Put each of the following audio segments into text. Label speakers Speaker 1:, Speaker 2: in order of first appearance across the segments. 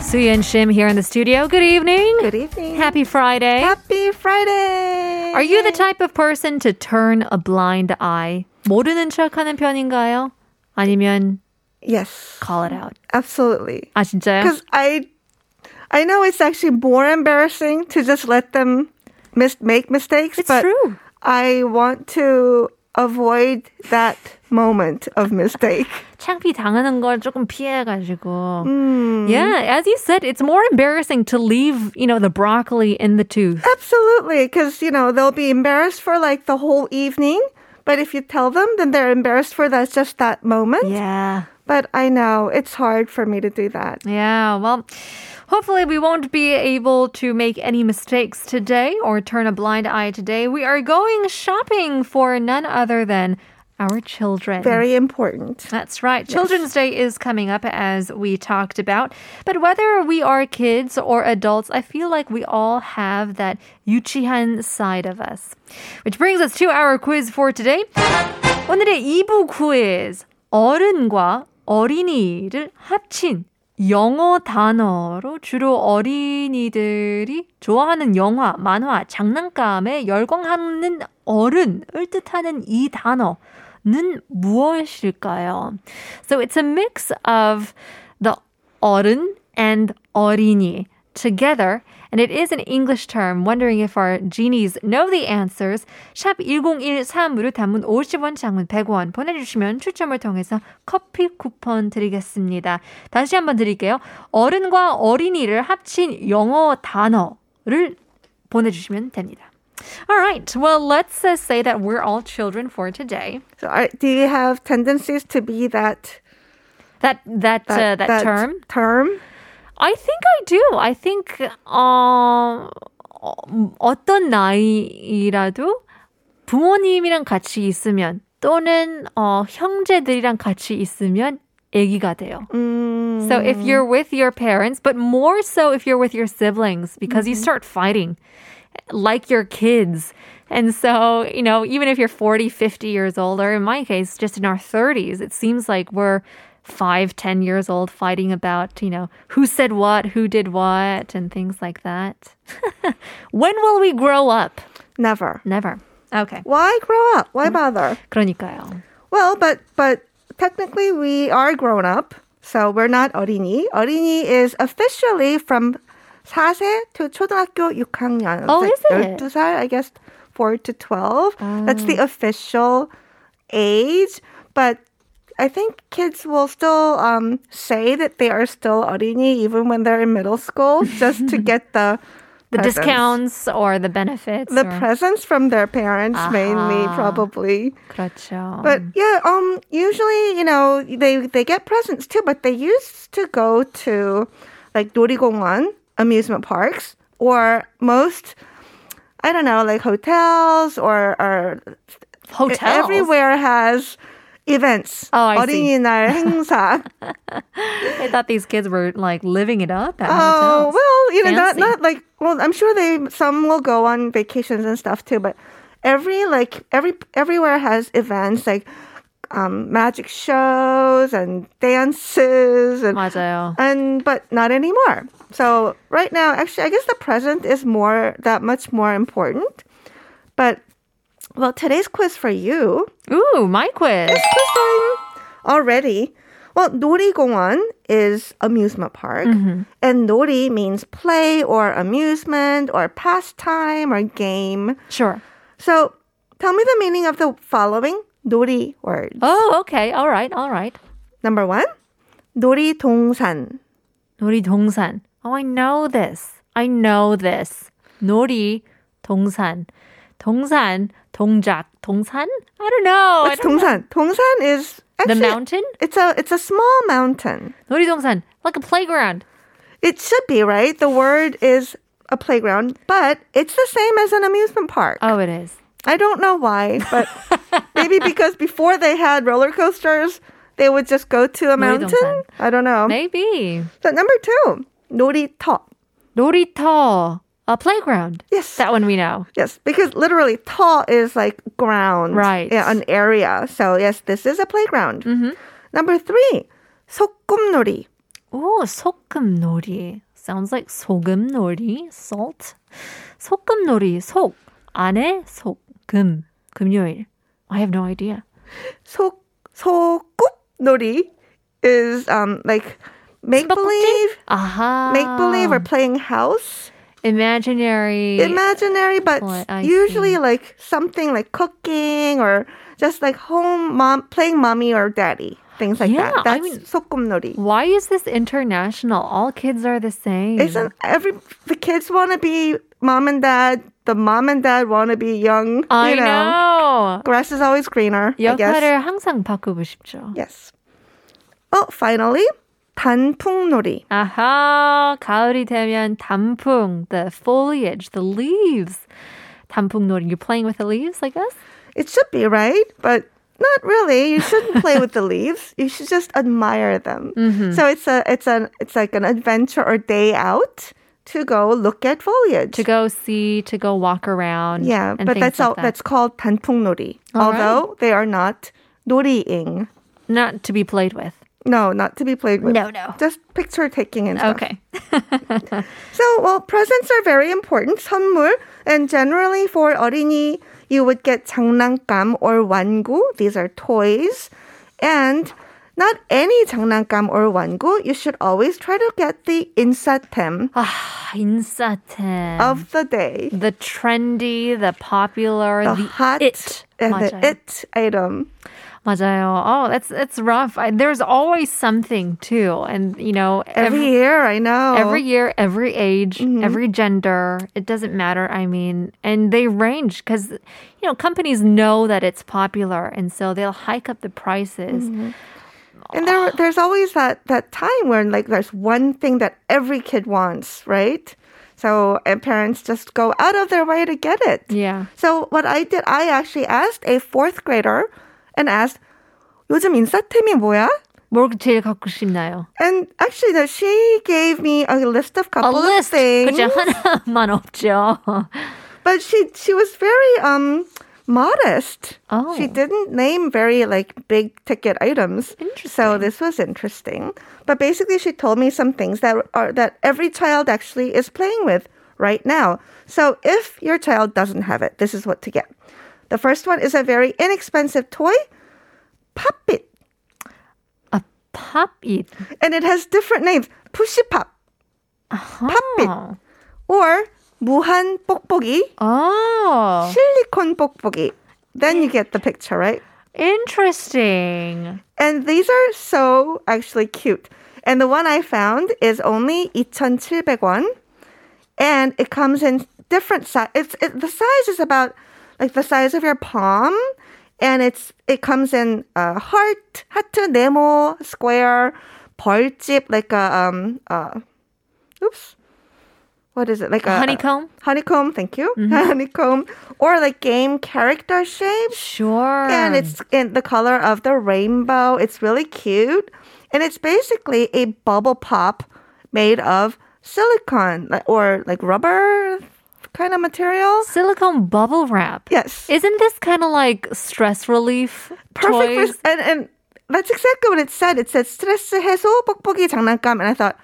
Speaker 1: Suya and Shim here in the studio. Good evening.
Speaker 2: Good evening.
Speaker 1: Happy Friday.
Speaker 2: Happy Friday.
Speaker 1: Are you the type of person to turn a blind eye? 모르는 척하는 편인가요? 아니면
Speaker 2: Yes,
Speaker 1: call it out?
Speaker 2: absolutely.
Speaker 1: 아 진짜요?
Speaker 2: Because I, I know it's actually more embarrassing to just let them mis- make mistakes.
Speaker 1: It's
Speaker 2: but
Speaker 1: true.
Speaker 2: I want to avoid that moment of mistake.
Speaker 1: 창피 당하는 걸 조금 피해가지고. Yeah, as you said, it's more embarrassing to leave, you know, the broccoli in the tooth.
Speaker 2: absolutely, because you know they'll be embarrassed for like the whole evening. But if you tell them, then they're embarrassed for that's just that moment.
Speaker 1: Yeah.
Speaker 2: But I know it's hard for me to do that.
Speaker 1: Yeah, well, hopefully we won't be able to make any mistakes today or turn a blind eye today. We are going shopping for none other than our children.
Speaker 2: Very important.
Speaker 1: That's right. Children's Day is coming up as we talked about. But whether we are kids or adults, I feel like we all have that 유치한 side of us. Which brings us to our quiz for today. 오늘의 2부 quiz. 어른과 어린이를 합친 영어 단어로 주로 어린이들이 좋아하는 영화, 만화, 장난감에 열광하는 어른을 뜻하는 이 단어. 는 무엇일까요? So it's a mix of the 어른 and 어린이 together. And it is an English term. Wondering if our genies know the answers. 샵 1013으로 단문 50원, 장문 100원 보내주시면 추첨을 통해서 커피 쿠폰 드리겠습니다. 다시 한번 드릴게요. 어른과 어린이를 합친 영어 단어를 보내주시면 됩니다. All right. Well, let's uh, say that we're all children for today.
Speaker 2: So are, do you have tendencies to be that
Speaker 1: That that
Speaker 2: that,
Speaker 1: uh, that, term.
Speaker 2: term?
Speaker 1: I think I do. I think 어, 어, 어떤 나이라도 부모님이랑 같이 있으면 또는 어, 형제들이랑 같이 있으면 아기가 돼요. So if you're with your parents, but more so if you're with your siblings, because you start fighting like your kids. And so, you know, even if you're 40, 50 years old, or in my case, just in our 30s, it seems like we're five, 10 years old fighting about, you know, who said what, who did what, and things like that. when will we grow up?
Speaker 2: Never.
Speaker 1: Never. Okay.
Speaker 2: Why grow up?
Speaker 1: Mm.
Speaker 2: Why bother?
Speaker 1: 그러니까요.
Speaker 2: Well, but but technically we are grown up, so we're not 어린이. 어린이 is officially from 4세 to 초등학교 6학년.
Speaker 1: Oh,
Speaker 2: It's like
Speaker 1: is it? Oh.
Speaker 2: 12살, I guess 4 to 12. That's the official age, but I think kids will still um, say that they are still 어린이 even when they're in middle school just to get the
Speaker 1: The
Speaker 2: presents.
Speaker 1: discounts or the benefits.
Speaker 2: the
Speaker 1: or-
Speaker 2: presents from their parents
Speaker 1: Uh-huh.
Speaker 2: mainly
Speaker 1: Aha.
Speaker 2: probably.
Speaker 1: 그렇죠.
Speaker 2: But yeah, um, usually you know they they get presents too, but they used to go to like 놀이공원 amusement parks or most I don't know like hotels or or e,
Speaker 1: Hotels.
Speaker 2: everywhere has events.
Speaker 1: Oh, I see.
Speaker 2: 어린이날 행사.
Speaker 1: I thought these kids were like living it up at hotels.
Speaker 2: Oh well, you know,
Speaker 1: Fancy.
Speaker 2: not not like well, I'm sure they some will go on vacations and stuff too, but every like every everywhere has events like um magic shows and dances and
Speaker 1: 맞아요.
Speaker 2: and but not anymore. So right now, actually, I guess the present is more that much more important. But well, today's quiz for you
Speaker 1: Ooh, my quiz.
Speaker 2: quiz time already. Well, 놀이공원 is amusement park,
Speaker 1: Mm-hmm.
Speaker 2: and 놀이 means play or amusement or pastime or game.
Speaker 1: Sure.
Speaker 2: So, tell me the meaning of the following 놀이 words.
Speaker 1: Oh, okay. All right. All right.
Speaker 2: Number one, 놀이동산.
Speaker 1: 놀이동산. Oh, I know this. I know this. 놀이동산. 동산, 동작, 동산? I don't know. I
Speaker 2: What's
Speaker 1: don't-
Speaker 2: 동산? 동산 is
Speaker 1: the
Speaker 2: actually
Speaker 1: mountain?
Speaker 2: it's a it's a small mountain.
Speaker 1: 놀이동산. Like a playground.
Speaker 2: It should be right. The word is a playground, but it's the same as an amusement park.
Speaker 1: Oh, it is.
Speaker 2: I don't know why, but maybe because before they had roller coasters, they would just go to a mountain.
Speaker 1: 놀이동산.
Speaker 2: I don't know.
Speaker 1: Maybe.
Speaker 2: But number two, 놀이터.
Speaker 1: 놀이터. A playground.
Speaker 2: Yes.
Speaker 1: That one we know.
Speaker 2: Yes, because literally "ta" is like ground,
Speaker 1: Right.
Speaker 2: Yeah, an area. So yes, this is a playground. Number three, 소꿉놀이.
Speaker 1: Oh, 소금놀이. Sounds like 소금놀이, salt. 소금놀이, 속. 안에 소금. 금요일. I have no idea.
Speaker 2: 소 소꿉놀이 is um like make believe,
Speaker 1: 아하.
Speaker 2: make
Speaker 1: Ah.
Speaker 2: believe or playing house.
Speaker 1: imaginary.
Speaker 2: Imaginary, but
Speaker 1: What I
Speaker 2: usually
Speaker 1: see.
Speaker 2: like something like cooking or just like home mom playing mommy or daddy things like
Speaker 1: Yeah,
Speaker 2: that.
Speaker 1: I mean-
Speaker 2: That's 소꿉놀이.
Speaker 1: Why is this international? All kids are the same.
Speaker 2: Isn't every the kids want to be mom and dad? The mom and dad want to be young.
Speaker 1: I
Speaker 2: you know,
Speaker 1: know.
Speaker 2: grass is always greener. I guess.
Speaker 1: 역할을 항상 바꾸고 싶죠.
Speaker 2: Yes. Oh, finally, 단풍놀이.
Speaker 1: 아하, 가을이 되면 단풍, the foliage, the leaves. 단풍놀이. You're playing with the leaves, I guess?
Speaker 2: It should be right, but not really. You shouldn't play with the leaves. You should just admire them.
Speaker 1: Mm-hmm.
Speaker 2: So it's a it's an it's like an adventure or day out to go look at foliage.
Speaker 1: To go see, to go walk around.
Speaker 2: yeah,
Speaker 1: and
Speaker 2: but
Speaker 1: things
Speaker 2: that's all.
Speaker 1: like that.
Speaker 2: That's called 단풍놀이.
Speaker 1: All right.
Speaker 2: Although they are not 놀이ing.
Speaker 1: Not to be played with.
Speaker 2: No, not to be played with.
Speaker 1: No, no.
Speaker 2: Just picture taking and stuff.
Speaker 1: Okay.
Speaker 2: So, well, presents are very important, 선물. And generally for 어린이, you would get 장난감 or 완구. These are toys. And not any 장난감 or 완구. You should always try to get the 인사템
Speaker 1: Ah. 아, 인싸템.
Speaker 2: of the day.
Speaker 1: the trendy, the popular,
Speaker 2: The,
Speaker 1: the,
Speaker 2: hot
Speaker 1: it.
Speaker 2: and
Speaker 1: 맞아요.
Speaker 2: the it item.
Speaker 1: 맞아요. Oh, that's that's rough. I, there's always something too, and you know
Speaker 2: Every,
Speaker 1: every.
Speaker 2: year, I know.
Speaker 1: Every year, every age, every gender, it doesn't matter. I mean, and they range because, you know, companies know that it's popular and so they'll hike up the prices.
Speaker 2: And there, there's always that that time where like there's one thing that every kid wants, right? So and parents just go out of their way to get it.
Speaker 1: Yeah.
Speaker 2: So what I did, I actually asked a fourth grader and asked, 요즘 인싸템이 뭐야?
Speaker 1: 뭘 제일 갖고 싶나요?
Speaker 2: And actually, no, she gave me a list of
Speaker 1: A
Speaker 2: couple
Speaker 1: list.
Speaker 2: of things,
Speaker 1: 그죠? 하나만 없죠.
Speaker 2: but she she was very um modest.
Speaker 1: Oh.
Speaker 2: She didn't name very like big ticket items. So
Speaker 1: Interesting.
Speaker 2: this was interesting. But basically, she told me some things that are that every child actually is playing with right now. So if your child doesn't have it, this is what to get. The first one is a very inexpensive toy, Puppet,
Speaker 1: A pop eat.
Speaker 2: and it has different names: Pushy Pop Puppet.
Speaker 1: Oh.
Speaker 2: or 무한 뽁뽁이.
Speaker 1: Oh,
Speaker 2: silicone 뽁뽁이. Then you get the picture, right?
Speaker 1: interesting.
Speaker 2: And these are so actually cute. And the one I found is only 2,700원. And it comes in different size. It's it, the size is about like the size of your palm, and it's it comes in a heart, 하트, 네모, square, 벌집, like a um uh, oops, what is it like a
Speaker 1: Honeycomb?
Speaker 2: honeycomb? Thank you, honeycomb, or like game character shapes.
Speaker 1: Sure.
Speaker 2: And it's in the color of the rainbow. It's really cute. And it's basically a bubble pop made of silicone like- or like rubber kind of material.
Speaker 1: silicone bubble wrap.
Speaker 2: Yes.
Speaker 1: Isn't this kind of like stress relief
Speaker 2: Perfect
Speaker 1: toys?
Speaker 2: for and and that's exactly what it said. It said stress 해소 뽁뽁이 장난감 and I thought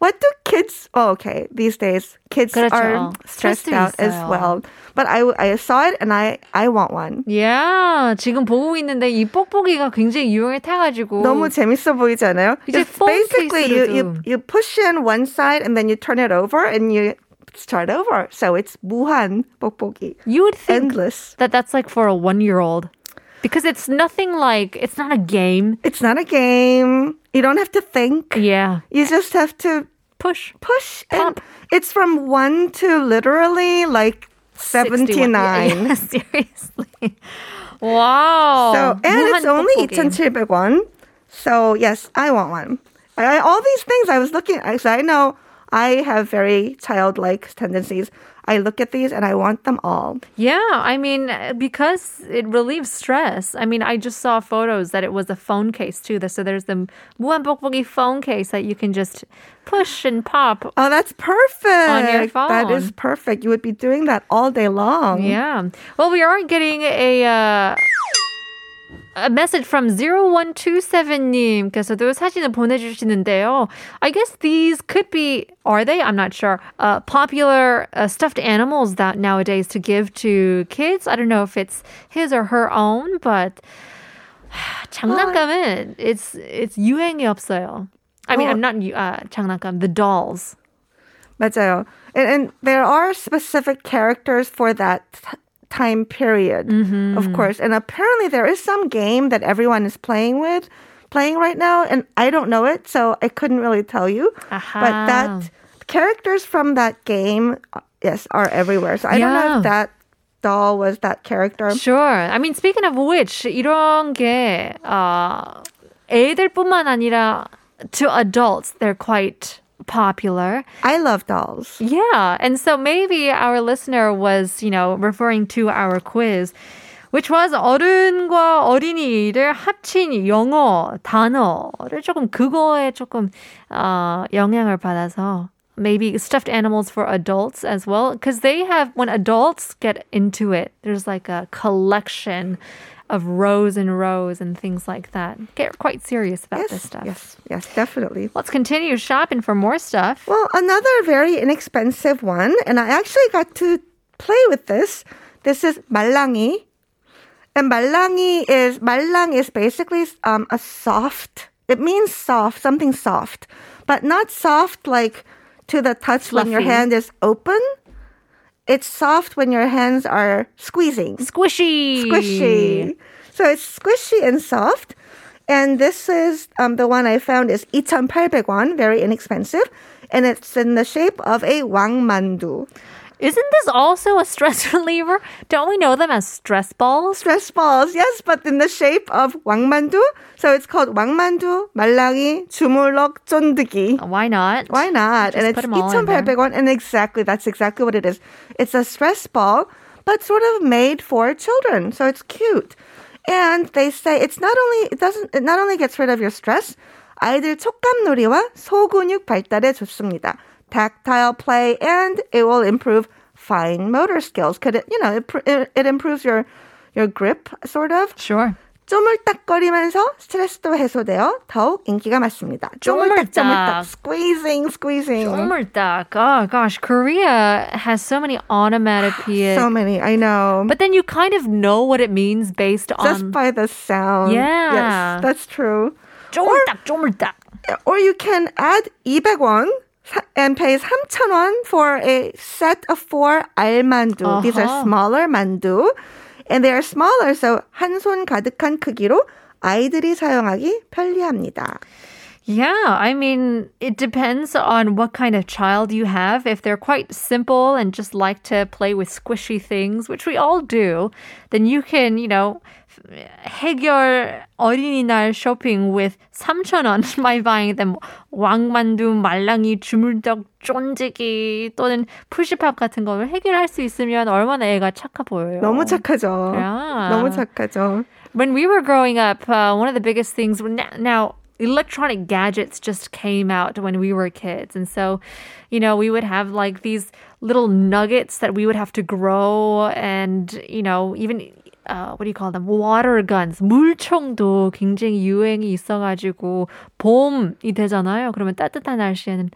Speaker 2: what do kids? Oh, okay. These days, kids are
Speaker 1: 그렇죠.
Speaker 2: stressed
Speaker 1: 스트레스
Speaker 2: out as
Speaker 1: 있어요.
Speaker 2: well. But I, I saw it and I, I want one.
Speaker 1: yeah, 지금 보고 있는데 이 뽁뽁이가 굉장히 유형에 타가지고
Speaker 2: 너무 재밌어 보이지 않아요?
Speaker 1: 이제
Speaker 2: It's
Speaker 1: phone
Speaker 2: basically you, you
Speaker 1: case로도.
Speaker 2: you push in one side and then you turn it over and you start over. So it's 무한 뽁뽁이.
Speaker 1: you would think
Speaker 2: Endless.
Speaker 1: that that's like for a one-year-old because it's nothing like it's not a game.
Speaker 2: It's not a game. You don't have to think.
Speaker 1: Yeah,
Speaker 2: You just have to
Speaker 1: push.
Speaker 2: push and
Speaker 1: Pop.
Speaker 2: it's from 1 to literally like 79.
Speaker 1: 61. Yeah, yeah, seriously. Wow.
Speaker 2: So, and it's
Speaker 1: 무한
Speaker 2: only
Speaker 1: 뽁뽁이.
Speaker 2: 2,700원. So, yes, I want one. I, I- all these things I was looking at, so I know I have very childlike tendencies. I look at these and I want them all.
Speaker 1: Yeah, I mean, uh, because it relieves stress. I mean, I just saw photos that it was a phone case too. So there's the 무한복복이 phone case that you can just push and pop.
Speaker 2: Oh, that's perfect. That is
Speaker 1: phone.
Speaker 2: perfect. You would be doing that all day long.
Speaker 1: Yeah. Well, we are getting a. Uh, a message from 0127님께서도 사진을 보내주시는데요. I guess these could be, are they? I'm not sure. Uh, popular uh, stuffed animals that nowadays to give to kids. I don't know if it's his or her own, but 장난감은 it's it's 유행이 없어요. I mean,
Speaker 2: 어.
Speaker 1: I'm not 유- uh, 장난감. The dolls.
Speaker 2: 맞아요. uh, And, and there are specific characters for that t- time period, of course. And apparently, there is some game that everyone is playing with, playing right now, and I don't know it, so I couldn't really tell you.
Speaker 1: Uh-huh.
Speaker 2: But
Speaker 1: Ah.
Speaker 2: that characters from that game, uh, yes, are everywhere. So I don't know
Speaker 1: Yeah.
Speaker 2: if that doll was that character.
Speaker 1: Sure. I mean, speaking of which, 이런 게 어, 애들뿐만 아니라 to adults, they're quite popular.
Speaker 2: I love dolls.
Speaker 1: Yeah. And so maybe our listener was, you know, referring to our quiz. Which was 어른과 어린이를 합친 영어 단어를 조금 그거에 조금 어, 영향을 받아서 maybe stuffed animals for adults as well because they have when adults get into it there's like a collection of rows and rows and things like that get quite serious about this
Speaker 2: Yes,
Speaker 1: stuff
Speaker 2: yes, yes, definitely.
Speaker 1: let's continue shopping for more stuff
Speaker 2: Well, another very inexpensive one, and I actually got to play with this. This is malangi, and malangi is malang is basically um, a soft. It means soft, something soft, but not soft like to the touch when your
Speaker 1: Fluffy.
Speaker 2: hand is open. It's soft when your hands are squeezing
Speaker 1: squishy
Speaker 2: squishy. So it's squishy and soft. And this is um, the one I found is 2,800원, very inexpensive. And it's in the shape of a wangmandu.
Speaker 1: Isn't this also a stress reliever? Don't we know them as stress balls?
Speaker 2: Stress balls, yes, but in the shape of wangmandu. So it's called wangmandu, 말랑이, 주물럭, 쫀득이.
Speaker 1: Why not?
Speaker 2: Why not?
Speaker 1: Just
Speaker 2: and it's
Speaker 1: put 'em all in there.
Speaker 2: 2,800원. And exactly, that's exactly what it is. It's a stress ball, but sort of made for children. So it's cute. And they say it's not only, it doesn't, it not only gets rid of your stress, 아이들 촉감놀이와 소근육 발달에 좋습니다. Tactile play and it will improve fine motor skills. Could it, you know, it, pr- it, it improves your, your grip, sort of.
Speaker 1: Sure.
Speaker 2: 쪼물딱거리면서 스트레스도 해소되어 더욱 인기가 많습니다. 쪼물딱, 쪼물딱,
Speaker 1: 쪼물딱.
Speaker 2: squeezing, squeezing.
Speaker 1: Omerdak. Oh gosh, Korea has so many onomatopoeias.
Speaker 2: So many, I know.
Speaker 1: but then you kind of know what it means based
Speaker 2: just
Speaker 1: on
Speaker 2: by the sound.
Speaker 1: Yeah.
Speaker 2: Yes, that's true.
Speaker 1: 쪼물딱, 쪼물딱.
Speaker 2: Or you can add 200won and pay 3,000won for a set of four 알만두. These are
Speaker 1: Uh-huh.
Speaker 2: smaller 만두. And they are smaller, so 한 손 가득한 크기로 아이들이 사용하기 편리합니다.
Speaker 1: Yeah, I mean, it depends on what kind of child you have. If they're quite simple and just like to play with squishy things, which we all do, then you can, you know, 해결 어린이날 shopping with 3,000원 by buying them 왕만두, 말랑이, 주물떡, 쫀지기 또는 푸시팝 같은 거를 해결할 수 있으면 얼마나 애가 착해 보여요.
Speaker 2: 너무 착하죠.
Speaker 1: Yeah.
Speaker 2: 너무 착하죠.
Speaker 1: When we were growing up, uh, one of the biggest things were now, now electronic gadgets just came out when we were kids, and so you know we would have like these little nuggets that we would have to grow, and you know even. Uh, what do you call them? Water guns. 물총도 굉장히 유행이 있어가지고 봄이 되잖아요. 그러면 따뜻한 날씨에는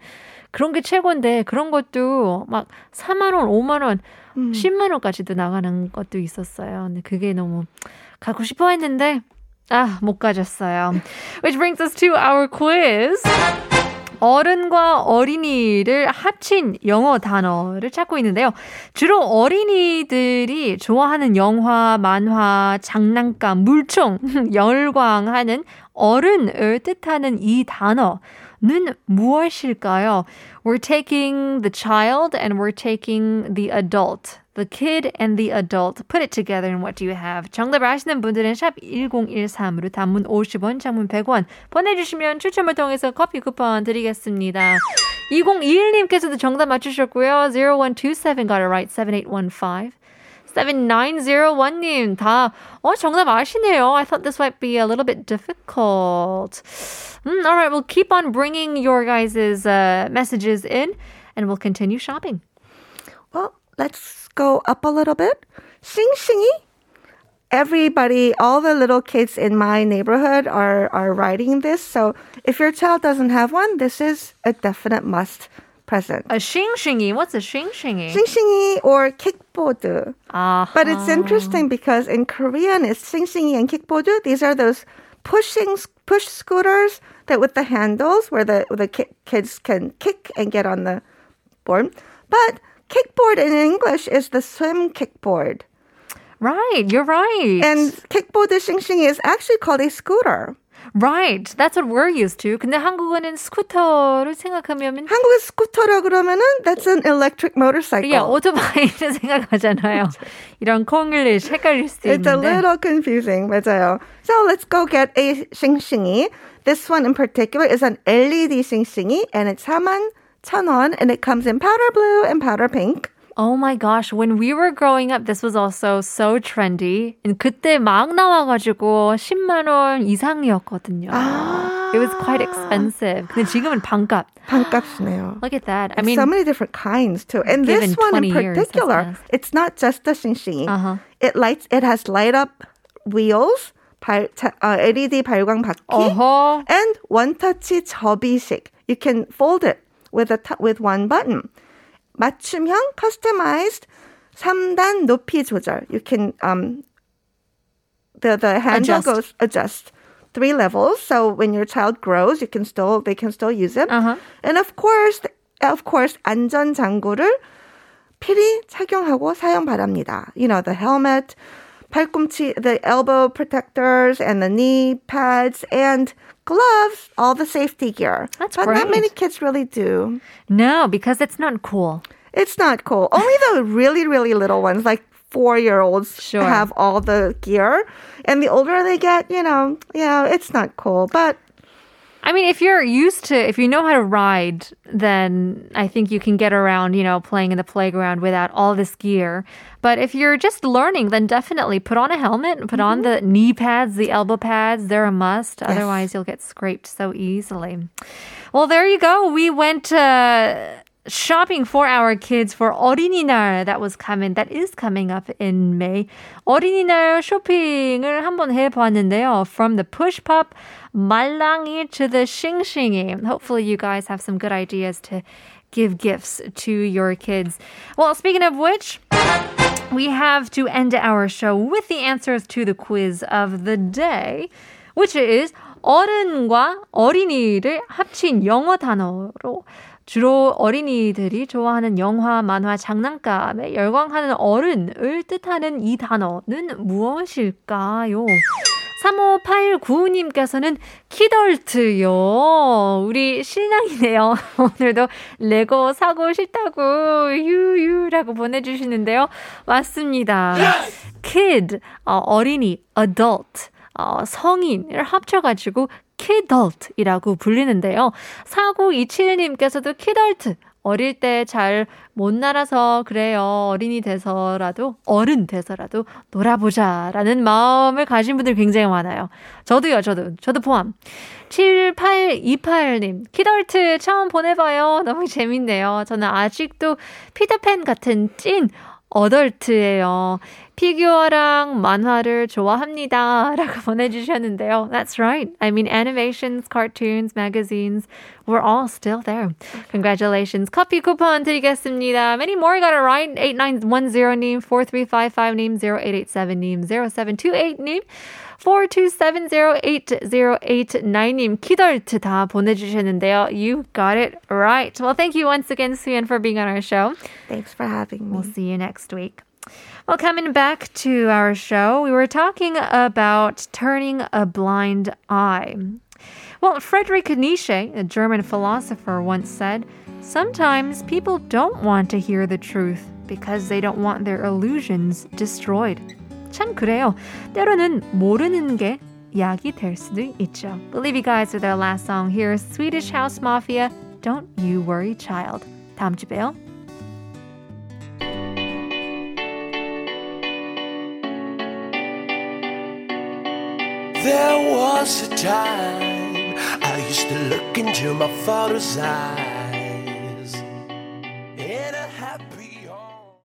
Speaker 1: 그런 게 최고인데 그런 것도 막 4만 원, 5만 원, 10만 원까지도 나가는 것도 있었어요. 근데 그게 너무 갖고 싶어 했는데 아, 못 가졌어요. Which brings us to our quiz. 어른과 어린이를 합친 영어 단어를 찾고 있는데요. 주로 어린이들이 좋아하는 영화, 만화, 장난감, 물총, 열광하는 어른을 뜻하는 이 단어는 무엇일까요? We're taking the child and we're taking the adult. The kid and the adult. Put it together and what do you have? 정답을 아시는 분들은 샵 1013으로 단문 50원, 장문 100원 보내주시면 추첨을 통해서 커피 쿠폰 드리겠습니다. 2021님께서도 정답 맞추셨고요. 0127 got it right. 7815. 7901님 다 어, 정답 아시네요. I thought this might be a little bit difficult. Mm, all right, we'll keep on bringing your guys' uh, messages in and we'll continue shopping.
Speaker 2: Well, let's go up a little bit. 싱싱이 everybody, all the little kids in my neighborhood are are riding this. So if your child doesn't have one, this is a definite must present.
Speaker 1: A 싱싱이. What's a 싱싱이?
Speaker 2: 싱싱이 or kickboard.
Speaker 1: Ah,
Speaker 2: But it's interesting because in Korean, it's 싱싱이 and kickboard. These are those pushing push scooters that with the handles where the the ki- kids can kick and get on the board. But kickboard in English is the swim kickboard.
Speaker 1: right. You're right.
Speaker 2: And kickboard 싱싱이 is actually called a scooter.
Speaker 1: right. That's what we're used to. 근데 한국어는 스쿠터를 생각하면
Speaker 2: 한국에 스쿠터라 그러면은 that's an electric motorcycle.
Speaker 1: 야, 오토바이를 생각하잖아요. 이런 콩글리시 헷갈릴 수도
Speaker 2: It's a
Speaker 1: 있는데.
Speaker 2: little confusing, 맞아요. So let's go get a 싱싱이. This one in particular is an LED 싱싱이 and it's 4만 1,000원 and it comes in powder blue and powder pink.
Speaker 1: Oh my gosh, when we were growing up, this was also so trendy. And 그때 막 나와가지고 10만 원 이상이었거든요. It was quite expensive. 근데 지금은 반값.
Speaker 2: 반값이네요.
Speaker 1: Look at that. I mean,
Speaker 2: so many different kinds too. And
Speaker 1: Given
Speaker 2: this one in
Speaker 1: 20 years, that's
Speaker 2: particular,
Speaker 1: fast.
Speaker 2: it's not just the 싱싱이.
Speaker 1: Uh-huh.
Speaker 2: It lights it has light up wheels, 발, 자, 어, LED 발광 바퀴.
Speaker 1: Oh. 어허.
Speaker 2: and one touchy 접이식. You can fold it with a t- with one button. 맞춤형 customized 3단 높이 조절. You can um the the handle
Speaker 1: Adjust.
Speaker 2: goes adjust three levels. So when your child grows, you can still they can still use it.
Speaker 1: Uh-huh.
Speaker 2: And of course, of course, 안전 장구를 필히 착용하고 사용 바랍니다. You know, the helmet, 팔꿈치, the elbow protectors and the knee pads and gloves, all the safety gear.
Speaker 1: That's
Speaker 2: but not
Speaker 1: great.
Speaker 2: many kids really do.
Speaker 1: No, because it's not cool.
Speaker 2: It's not cool. Only the really, really little ones, like four year olds,
Speaker 1: Sure.
Speaker 2: have all the gear. And the older they get, you know, yeah, it's not cool. But
Speaker 1: I mean, if you're used to, if you know how to ride, then I think you can get around, you know, playing in the playground without all this gear. But if you're just learning, then definitely put on a helmet, put on the knee pads, the elbow pads. They're a must. Otherwise, you'll get scraped so easily. Well, there you go. We went uh, shopping for our kids for 어린이날 that was coming, that is coming up in May. 어린이날 쇼핑을 한번 해봤는데요. From the push pop 말랑이 to the 싱싱이. Hopefully, you guys have some good ideas to give gifts to your kids. Well, speaking of which. We have to end our show with the answers to the quiz of the day, which is 어른과 어린이를 합친 영어 단어로 주로 어린이들이 좋아하는 영화, 만화, 장난감에 열광하는 어른을 뜻하는 이 단어는 무엇일까요? 3589님께서는 키덜트요. 우리 신랑이네요. 오늘도 레고 사고 싶다고 유유라고 보내주시는데요. 맞습니다. kid, 어, 어린이, adult, 어, 성인을 합쳐가지고 kidult이라고 불리는데요. 4927님께서도 kidult, 어릴 때 잘 못 날아서 그래요. 어린이 돼서라도, 어른 돼서라도 놀아보자라는 마음을 가진 분들 굉장히 많아요. 저도요, 저도. 저도 포함. 7828님, 키덜트 처음 보내봐요. 너무 재밌네요. 저는 아직도 피터팬 같은 찐 어덜트예요. 피규어랑 만화를 좋아합니다. 라고 보내주셨는데요. That's right. I mean, animations, cartoons, magazines, we're all still there. Congratulations. 커피 쿠폰 드리겠습니다. Many more got it right. 8910님, 4355님, 0887님, 0728님. 42708089님 키덜트 다 보내주셨는데요. You got it right. Well, thank you once again, Suyan, for being on our show.
Speaker 2: thanks for having me.
Speaker 1: Mm-hmm. We'll see you next week. Well, coming back to our show, we were talking about turning a blind eye. Well, Friedrich Nietzsche, a German philosopher, once said sometimes people don't want to hear the truth because they don't want their illusions destroyed. 참 그래요. 때로는 모르는 게 약이 될 수도 있죠. We'll leave you guys with our last song here, Swedish House Mafia, Don't You Worry Child. 다음 주 봬요.
Speaker 3: There was a time I used to look into my father's eyes.